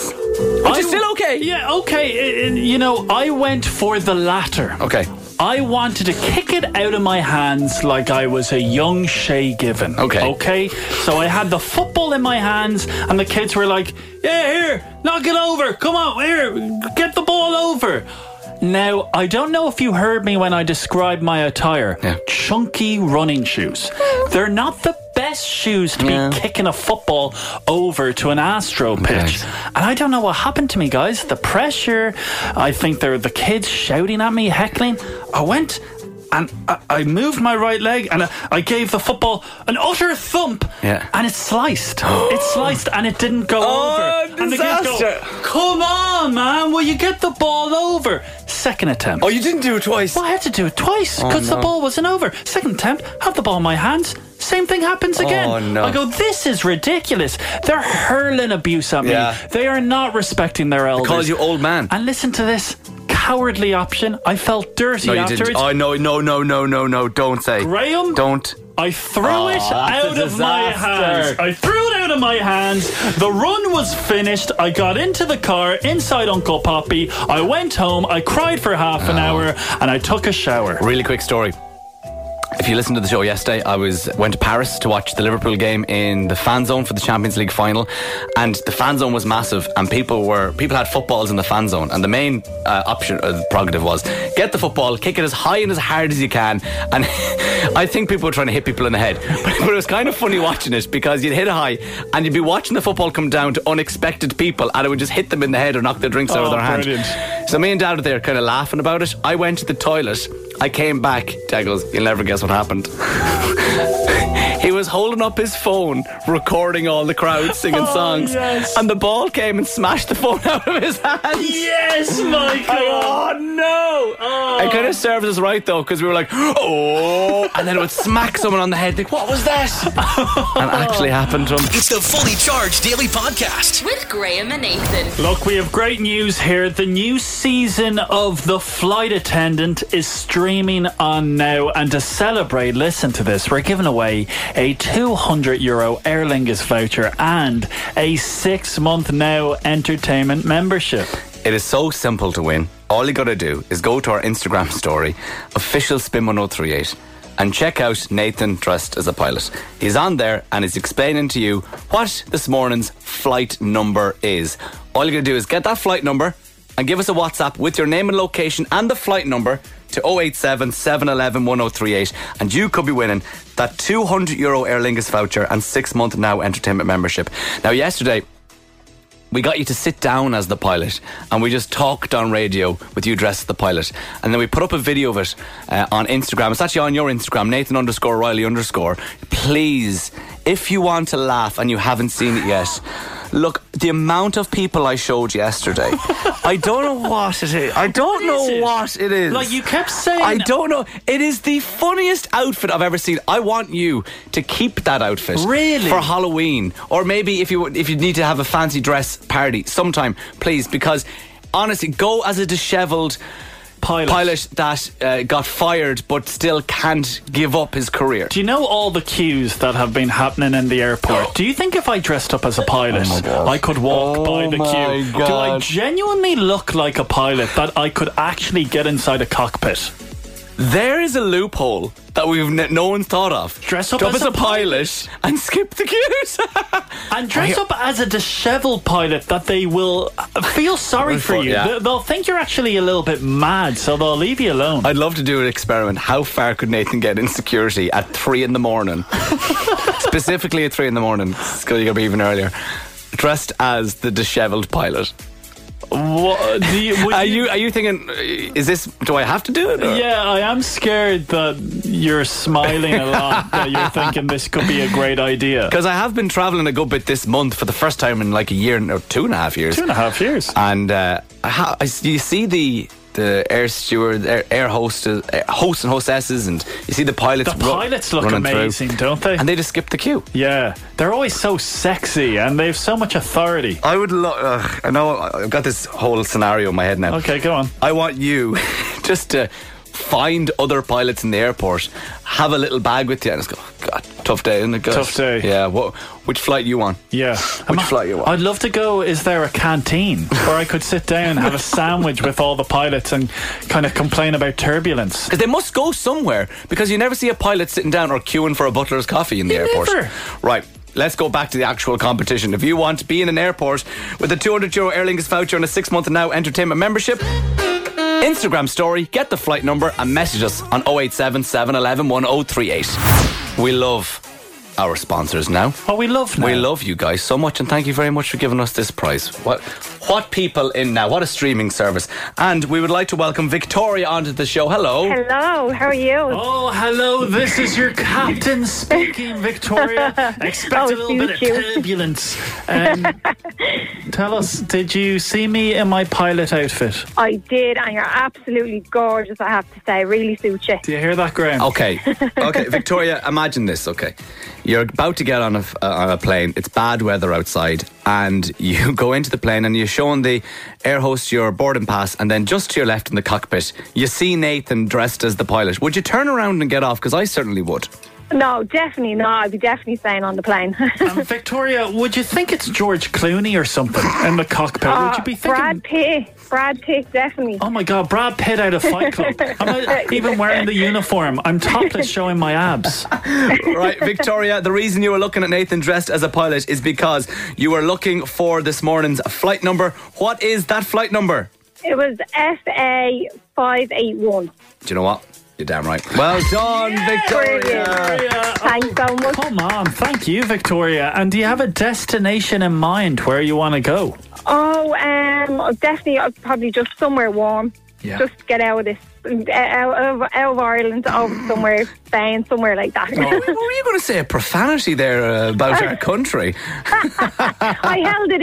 Speaker 4: Which is still okay. Yeah, okay. I- I- You know, I went for the latter.
Speaker 5: Okay.
Speaker 4: I wanted to kick it out of my hands like I was a young Shay Given. Okay. Okay. So I had the football in my hands, and the kids were like, "Yeah, here, knock it over. Come on, here, get the ball over." Now, I don't know if you heard me when I described my attire. Chunky running shoes. They're not the best shoes to be kicking a football over to an Astro pitch. And I don't know what happened to me, guys. The pressure. I think there were the kids shouting at me, heckling. I went and I, I moved my right leg and I, I gave the football an utter thump.
Speaker 5: Yeah.
Speaker 4: And it
Speaker 5: [gasps]
Speaker 4: sliced. it sliced and it didn't go
Speaker 5: Oh,
Speaker 4: over. And the kids go,
Speaker 5: disaster.
Speaker 4: Come on, man. Will you get the ball over? Second attempt. Oh,
Speaker 5: you didn't do it twice.
Speaker 4: Well, I had to do it twice
Speaker 5: Oh,
Speaker 4: because
Speaker 5: no.
Speaker 4: the ball wasn't over. Second attempt, have the ball in my hands. Same thing happens again.
Speaker 5: Oh, no.
Speaker 4: I go, this is ridiculous. They're hurling abuse at
Speaker 5: Yeah.
Speaker 4: me. They are not respecting their elders.
Speaker 5: call you old man.
Speaker 4: And listen to this cowardly option. I felt dirty
Speaker 5: No, you
Speaker 4: afterwards.
Speaker 5: didn't. Oh no, no, no, no, no, no! Don't say.
Speaker 4: Graham?
Speaker 5: don't.
Speaker 4: I threw
Speaker 5: Oh,
Speaker 4: it
Speaker 5: that's a
Speaker 4: out of my
Speaker 5: disaster.
Speaker 4: hands. I threw it out of my hands. The run was finished. I got into the car inside Uncle Poppy. I
Speaker 5: Oh.
Speaker 4: went home. I cried for half an hour and I took a shower.
Speaker 5: Really quick story. If you listened to the show yesterday, I was went to Paris to watch the Liverpool game in the fan zone for the Champions League final, and the fan zone was massive, and people were people had footballs in the fan zone, and the main uh, option uh, prerogative was get the football, kick it as high and as hard as you can, and [laughs] I think people were trying to hit people in the head, [laughs] but, but it was kind of funny watching it because you'd hit it high and you'd be watching the football come down to unexpected people, and it would just hit them in the head or knock their drinks out of
Speaker 4: Oh,
Speaker 5: their hand.
Speaker 4: brilliant.
Speaker 5: So me and Dad were there kind of laughing about it. I went to the toilet. I came back. Dad goes, You'll never guess what happened. [laughs] he was holding up his phone, recording all the crowd singing
Speaker 17: Oh,
Speaker 5: songs.
Speaker 17: yes.
Speaker 5: And the ball came and smashed the phone [laughs] out of his hand.
Speaker 17: Yes, Michael.
Speaker 5: Oh,
Speaker 17: no.
Speaker 5: It kind of serves us right though, because we were like, oh, and then it would smack someone on the head. Like, what was that? [laughs] and actually happened to him.
Speaker 3: It's the Fully Charged Daily Podcast.
Speaker 2: With Graham and Nathan.
Speaker 4: Look, we have great news here. The new season of The Flight Attendant is streaming on now. And to celebrate, listen to this. We're giving away a 200 euro Aer Lingus voucher and a six month now entertainment membership.
Speaker 5: It is so simple to win. All you gotta do is go to our Instagram story, official spin 1038, and check out Nathan dressed as a pilot. He's on there and he's explaining to you what this morning's flight number is. All you gotta do is get that flight number and give us a WhatsApp with your name and location and the flight number to 087 711 1038 and you could be winning that 200 euro Aer Lingus voucher and 6 month now entertainment membership. Now yesterday we got you to sit down as the pilot and we just talked on radio with you dressed as the pilot and then we put up a video of it uh, on instagram it's actually on your instagram nathan underscore riley underscore please if you want to laugh and you haven't seen it yet look the amount of people i showed [laughs] yesterday i don't know what it is i don't know what it is
Speaker 4: Like, you kept saying-
Speaker 5: i don't know it is the funniest outfit i've ever seen i want you to keep that outfit
Speaker 4: Really?
Speaker 5: for Halloween, or maybe if you if you need to have a fancy dress party sometime, please, because honestly, go as a dishevelled.
Speaker 4: Pilot.
Speaker 5: that uh, got fired but still can't give up his career.
Speaker 4: Do you know all the queues that have been happening in the [gasps] airport? Do you think if I dressed up as a pilot, I could walk by the queue? Do I genuinely look like a pilot that I could actually get inside a cockpit?
Speaker 5: There is a loophole that we've ne- no one's thought of.
Speaker 4: Dress up
Speaker 5: Drop
Speaker 4: as a
Speaker 5: pilot and skip the queues. [laughs]
Speaker 4: and dress up as a disheveled pilot that they will uh, feel sorry for you.
Speaker 5: Yeah.
Speaker 4: They- They'll think you're actually a little bit mad, so they'll leave you alone.
Speaker 5: I'd love to do an experiment. How far could Nathan get in security at three in
Speaker 4: [laughs]
Speaker 5: the morning? Specifically at three in the morning. It's good, you gotta be even earlier. Dressed as the dishevelled pilot.
Speaker 4: Uh, What do you, would
Speaker 5: are you, are you thinking? uh, Is this? Do I have to do it? or-
Speaker 4: Yeah, I am scared that you're smiling a lot, that you're thinking this could be a great [laughs] idea.
Speaker 5: Because I have been traveling a good bit this month for the first time in like a year and- or two and a half years. Two and
Speaker 4: a half years.
Speaker 5: And uh, I ha- I s- you see the the air steward, air, air hostess, air hosts and hostesses, and you see the pilots.
Speaker 4: The
Speaker 5: ru-
Speaker 4: pilots look
Speaker 5: running through.
Speaker 4: amazing, don't they? And
Speaker 5: they just skip the queue.
Speaker 4: Yeah, they're always so sexy and they have so much authority.
Speaker 5: I would love. I know I've got this whole scenario in my head now.
Speaker 4: Okay, go on.
Speaker 5: I want you [laughs] just to find other pilots in the airport, have a little bag with you, and just go. God, tough day, isn't it? guys?"
Speaker 4: Tough day.
Speaker 5: Yeah. What? Which flight you on?
Speaker 4: Yeah.
Speaker 5: Which flight you on?
Speaker 4: I'd love to go. Is there a canteen [laughs] where I could sit down, have a sandwich with all the pilots, and kind of complain about turbulence?
Speaker 5: Because they must go somewhere. Because you never see a pilot sitting down or queuing for a butler's coffee in the airport.
Speaker 4: never.
Speaker 5: Right. Let's go back to the actual competition. If you want to be in an airport with a 200 euro Aer Lingus voucher and a six month now entertainment membership, Instagram story, get the flight number and message us on 087 711 1038. We love our sponsors now.
Speaker 4: Oh, we love now.
Speaker 5: We love you guys so much, and thank you very much for giving us this prize. What, what people in now? What a streaming service! And we would like to welcome Victoria onto the show. Hello.
Speaker 18: Hello, how are you?
Speaker 4: Oh, hello. This is your
Speaker 5: [laughs]
Speaker 4: captain speaking, Victoria. Expect a little bit of turbulence. Um, tell us, did you see me in my pilot outfit?
Speaker 18: I did, and you're absolutely gorgeous, I have to say. Really suits you.
Speaker 4: Do you hear that, Graham?
Speaker 5: Okay, okay, Victoria. Imagine this. Okay, you're about to get on a f- uh, on a plane. It's bad weather outside, and you [laughs] go into the plane, and you're showing the air host your boarding pass, and then just to your left in the cockpit, you see Nathan dressed as the pilot. Would you turn around and get off? Because I certainly would.
Speaker 18: No, definitely not. I'd be definitely staying on the plane.
Speaker 19: Um, Victoria, would you think it's George Clooney or something in the cockpit?
Speaker 18: Uh,
Speaker 19: would you be thinking?
Speaker 18: Brad Pitt. Brad Pitt, definitely.
Speaker 19: Oh my God, Brad Pitt out of
Speaker 18: [laughs]
Speaker 19: Fight Club. I'm not even wearing the uniform. I'm topless, showing my abs.
Speaker 5: right, Victoria, the reason you were looking at Nathan dressed as a pilot is because you were looking for this morning's flight number. What is that flight number?
Speaker 18: It was SA five eight one.
Speaker 5: Do you know what? You're damn right. Well done, Victoria.
Speaker 18: Thanks so much.
Speaker 4: Oh.
Speaker 19: Come on, thank you, Victoria. And do you have a destination in mind where you want to go?
Speaker 18: Oh, um, definitely, uh, probably just somewhere warm.
Speaker 19: Yeah.
Speaker 18: Just get out of this, uh, out of, out of Ireland, over to somewhere, Spain, somewhere like that.
Speaker 5: [laughs] What were you going to say? A profanity there uh,
Speaker 18: [laughs]
Speaker 5: about our country.
Speaker 18: I held it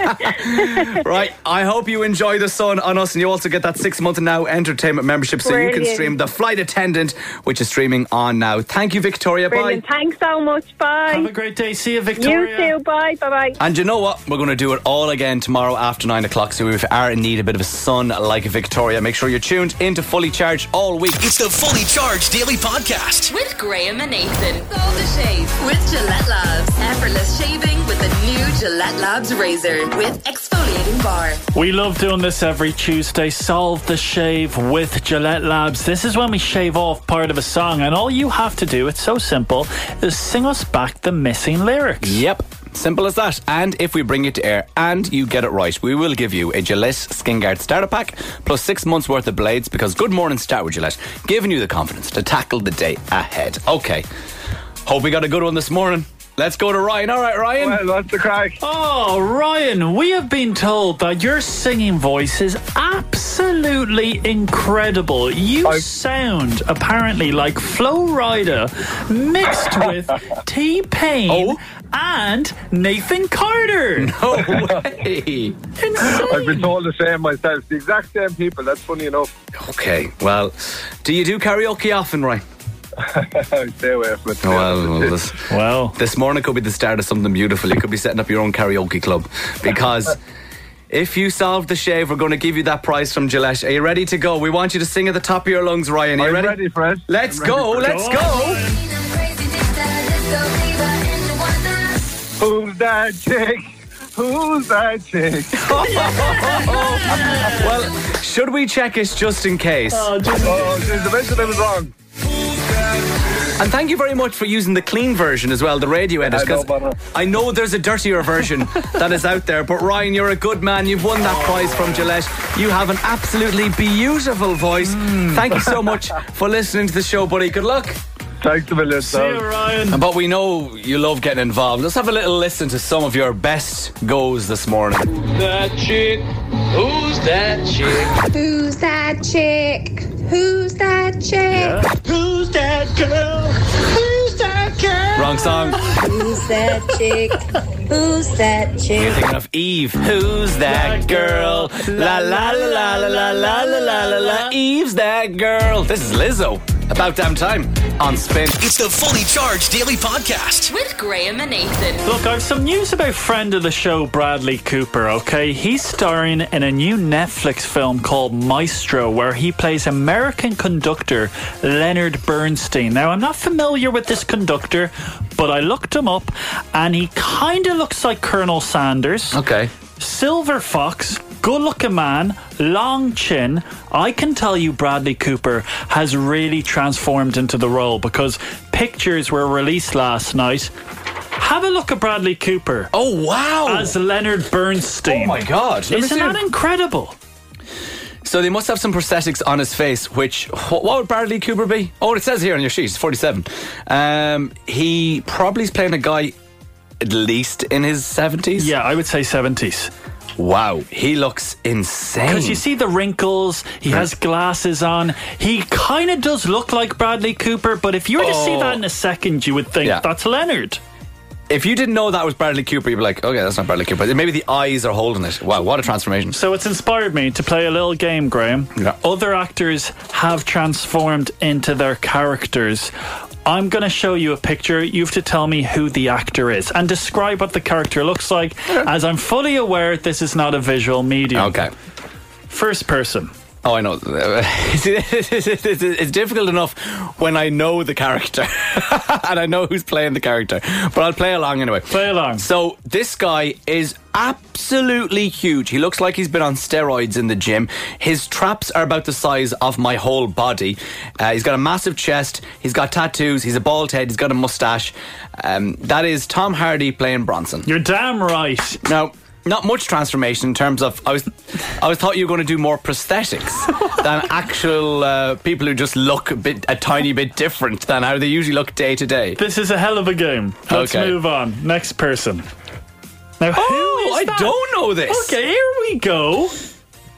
Speaker 18: in.
Speaker 5: Right, I hope you enjoy the sun on us, and you also get that six month now entertainment membership so you can
Speaker 18: Brilliant.
Speaker 5: stream The Flight Attendant, which is streaming on now. Thank you, Victoria.
Speaker 18: Brilliant.
Speaker 5: Bye.
Speaker 18: Thanks so much. Bye. Have a
Speaker 19: great day. See you,
Speaker 18: Victoria. You too. Bye. Bye. Bye.
Speaker 5: And you know what? We're going to do it all again tomorrow after nine o'clock. So if you are in need of a bit of a sun like Victoria, make sure you're tuned into Fully Charged all week.
Speaker 3: It's the Fully Charged Daily Podcast.
Speaker 2: With Graham and Nathan. Boulder Shave with Gillette Labs. Effortless shaving with the new Gillette Labs razor with exfoliating bar.
Speaker 4: We love doing this every Tuesday. Solve the shave with Gillette Labs. This is when we shave off part of a song, and all you have to do, it's so simple, is sing us back the missing lyrics.
Speaker 5: Yep. Simple as that. And if we bring it to air and you get it right, we will give you a Gillette Skin Guard Starter Pack plus six months worth of blades because Good Morning Start with Gillette, giving you the confidence to tackle the day ahead. Okay. Hope we got a good one this morning. Let's go to Ryan. All right, Ryan. Well,
Speaker 20: that's the crack.
Speaker 19: Oh, Ryan, we have been told that your singing voice is absolutely incredible. You sound apparently like Flo Rida mixed
Speaker 20: [laughs]
Speaker 19: with T Pain
Speaker 20: Oh.
Speaker 19: and
Speaker 20: [laughs]
Speaker 19: Nathan Carter.
Speaker 5: [laughs] No way.
Speaker 20: I've been told the same myself. It's the exact same people. That's funny enough.
Speaker 5: Okay. Well, do you do karaoke often, Ryan?
Speaker 20: Stay away from it.
Speaker 5: Oh, Well, well, this,
Speaker 4: well,
Speaker 5: this morning could be the start of something beautiful. You could be setting up your own karaoke club because if you solve the shave, we're going to give you that prize from Gillette. Are you ready to go? We want you to sing at the top of your lungs, Ryan. Are you
Speaker 20: I'm
Speaker 5: ready?
Speaker 20: ready, Fred.
Speaker 5: Let's
Speaker 20: I'm ready
Speaker 5: go.
Speaker 20: for it.
Speaker 5: Let's
Speaker 20: Go on,
Speaker 5: go.
Speaker 20: Who's that chick? Who's that chick?
Speaker 5: well, should we check it just in case?
Speaker 20: Oh, just- Oh, just- eventually I was wrong.
Speaker 5: And thank you very much for using the clean version as well, the radio edit.
Speaker 20: no
Speaker 5: 'cause
Speaker 20: bother.
Speaker 5: I know uh, there's a dirtier [laughs] version that is out there, but Ryan, you're a good man. You've won that prize from Gillette. You have an absolutely beautiful voice. Thank you so [laughs] much for listening to the show, buddy. Good luck.
Speaker 20: Thanks a million. See
Speaker 4: you, Ryan.
Speaker 5: But we know you love getting involved. Let's have a little listen to some of your best goes this morning.
Speaker 21: That chick. Who's that chick?
Speaker 13: Who's that chick? Who's that chick? Who's that girl? Who's that girl?
Speaker 5: Wrong song.
Speaker 13: Who's that chick? Who's that
Speaker 5: You're
Speaker 13: chick?
Speaker 5: thinking of Eve. Who's that girl? La la la la la la la la la la la. Eve's that girl. This is Lizzo. About damn time on spin.
Speaker 3: It's the Fully Charged Daily Podcast.
Speaker 2: With Graham and Nathan.
Speaker 4: Look, I've some news about friend of the show Bradley Cooper, okay? He's starring in a new Netflix film called Maestro where he plays American conductor Leonard Bernstein. Now, I'm not familiar with this conductor, but I looked him up and he kind of looks like Colonel Sanders.
Speaker 5: Okay.
Speaker 4: Silver Fox, good looking man, long chin. I can tell you Bradley Cooper has really transformed into the role because pictures were released last night. Have a look at Bradley Cooper.
Speaker 5: Oh, wow.
Speaker 4: As Leonard Bernstein.
Speaker 5: Oh, my God. Never
Speaker 4: Isn't
Speaker 5: seen
Speaker 4: that
Speaker 5: him.
Speaker 4: incredible?
Speaker 5: So they must have some prosthetics on his face, which wh- what would Bradley Cooper be? Oh, it says here on your sheet, it's forty-seven. Um, he probably is playing a guy at least in his seventies.
Speaker 4: Yeah, I would say seventies.
Speaker 5: Wow, he looks insane.
Speaker 4: Because you see the wrinkles, he
Speaker 5: Right.
Speaker 4: has glasses on. He kind of does look like Bradley Cooper, but if you were to see
Speaker 5: Oh.
Speaker 4: that in a second, you would think that's Leonard.
Speaker 5: If you didn't know that was Bradley Cooper, you'd be like, okay, that's not Bradley Cooper. Maybe the eyes are holding it. Wow, what a transformation.
Speaker 4: So it's inspired me to play a little game, Graham. Other actors have transformed into their characters. I'm going to show you a picture. You have to tell me who the actor is and describe what the character looks like, as I'm fully aware this is not a visual medium.
Speaker 5: Okay.
Speaker 4: First person.
Speaker 5: Oh, I know. [laughs] See, it's difficult enough when I know the character [laughs] and I know who's playing the character, but I'll play along anyway. Play
Speaker 4: along.
Speaker 5: So, this guy is absolutely huge. He looks like he's been on steroids in the gym. His traps are about the size of my whole body. Uh, he's got a massive chest, he's got tattoos, he's a bald head, he's got a mustache. Um, that is Tom Hardy playing Bronson.
Speaker 4: You're damn right.
Speaker 5: Now, not much transformation in terms of I was I was thought you were going to do more prosthetics than actual uh, people who just look a bit a tiny bit different than how they usually look day to day.
Speaker 4: This is a hell of a game. Let's
Speaker 5: Okay.
Speaker 4: move on. Next person. Now, oh,
Speaker 5: I don't know this.
Speaker 4: Okay, here we go.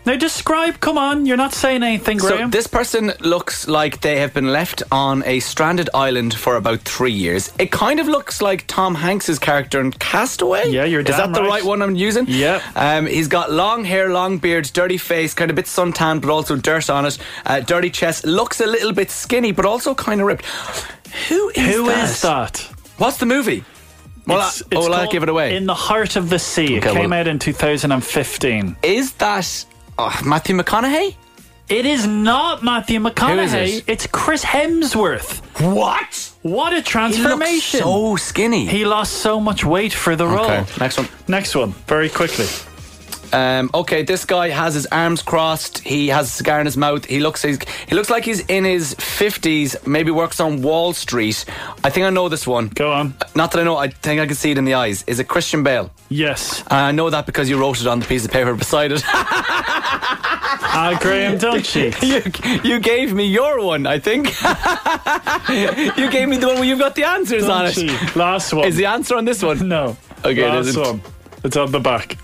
Speaker 4: Now describe. Come on, you're not saying anything,
Speaker 5: So
Speaker 4: Graham.
Speaker 5: this person looks like they have been left on a stranded island for about three years. It kind of looks like Tom Hanks's character in Castaway. Yeah, you're Is
Speaker 4: damn
Speaker 5: that the
Speaker 4: right.
Speaker 5: right one I'm using? Yeah. Um, he's got long hair, long beard, dirty face, kind of bit suntan, but also dirt on it. Uh, dirty chest. Looks a little bit skinny, but also kind of ripped. Who is
Speaker 4: Who
Speaker 5: that?
Speaker 4: is that?
Speaker 5: What's the movie? Well,
Speaker 4: It's-
Speaker 5: I,
Speaker 4: it's
Speaker 5: well, I'll
Speaker 4: called
Speaker 5: give it away.
Speaker 4: In the Heart of the Sea.
Speaker 5: Okay,
Speaker 4: it came
Speaker 5: well-
Speaker 4: out in 2015.
Speaker 5: Is that oh, Matthew McConaughey?
Speaker 4: It is not Matthew McConaughey.
Speaker 5: it?
Speaker 4: It's Chris Hemsworth.
Speaker 5: What?
Speaker 4: What a transformation!
Speaker 5: so skinny.
Speaker 4: He lost so much weight for the role.
Speaker 5: Okay, next one.
Speaker 4: Next one, very quickly.
Speaker 5: Um, okay, this guy has his arms crossed. He has a cigar in his mouth. He looks he's, he looks like he's in his fifties. Maybe works on Wall Street. I think I know this one.
Speaker 4: Go on.
Speaker 5: Not that I know. I think I can see it in the eyes. Is it Christian Bale?
Speaker 4: Yes.
Speaker 5: And I know that because you wrote it on the piece of paper beside it. [laughs]
Speaker 4: Ah, Graham, don't cheat.
Speaker 5: you, you gave me your one. I think [laughs] you gave me the one where you've got the answers
Speaker 4: Don't
Speaker 5: on it.
Speaker 4: cheat. Last one.
Speaker 5: Is the answer on this one?
Speaker 4: [laughs] No.
Speaker 5: Okay, it
Speaker 4: Last
Speaker 5: isn't.
Speaker 4: one. It's on the back.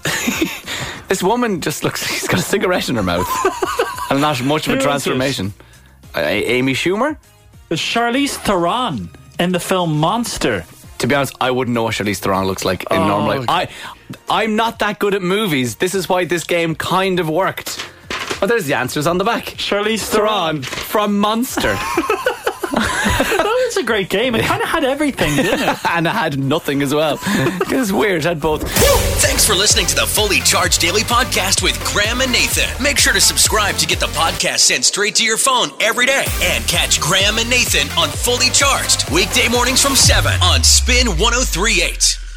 Speaker 5: This woman just looks. [laughs] She's got a cigarette in her mouth, and not much of
Speaker 4: Who
Speaker 5: a
Speaker 4: is
Speaker 5: transformation. A- A- Amy Schumer.
Speaker 4: It's Charlize Theron in the film Monster.
Speaker 5: To be honest, I wouldn't know what Charlize Theron looks like in normal life. I, I'm not that good at movies. This is why this game kind of worked. But there's the answers on the back.
Speaker 4: Charlize
Speaker 5: Theron from Monster, [laughs]
Speaker 4: that was a great game. It kind of had everything, didn't it?
Speaker 5: and I had nothing as well. [laughs] it was weird. I had both.
Speaker 3: Thanks for listening to the Fully Charged Daily Podcast with Graham and Nathan. Make sure to subscribe to get the podcast sent straight to your phone every day. And catch oh Graham and Nathan on Fully Charged weekday mornings from 7 on Spin 1038.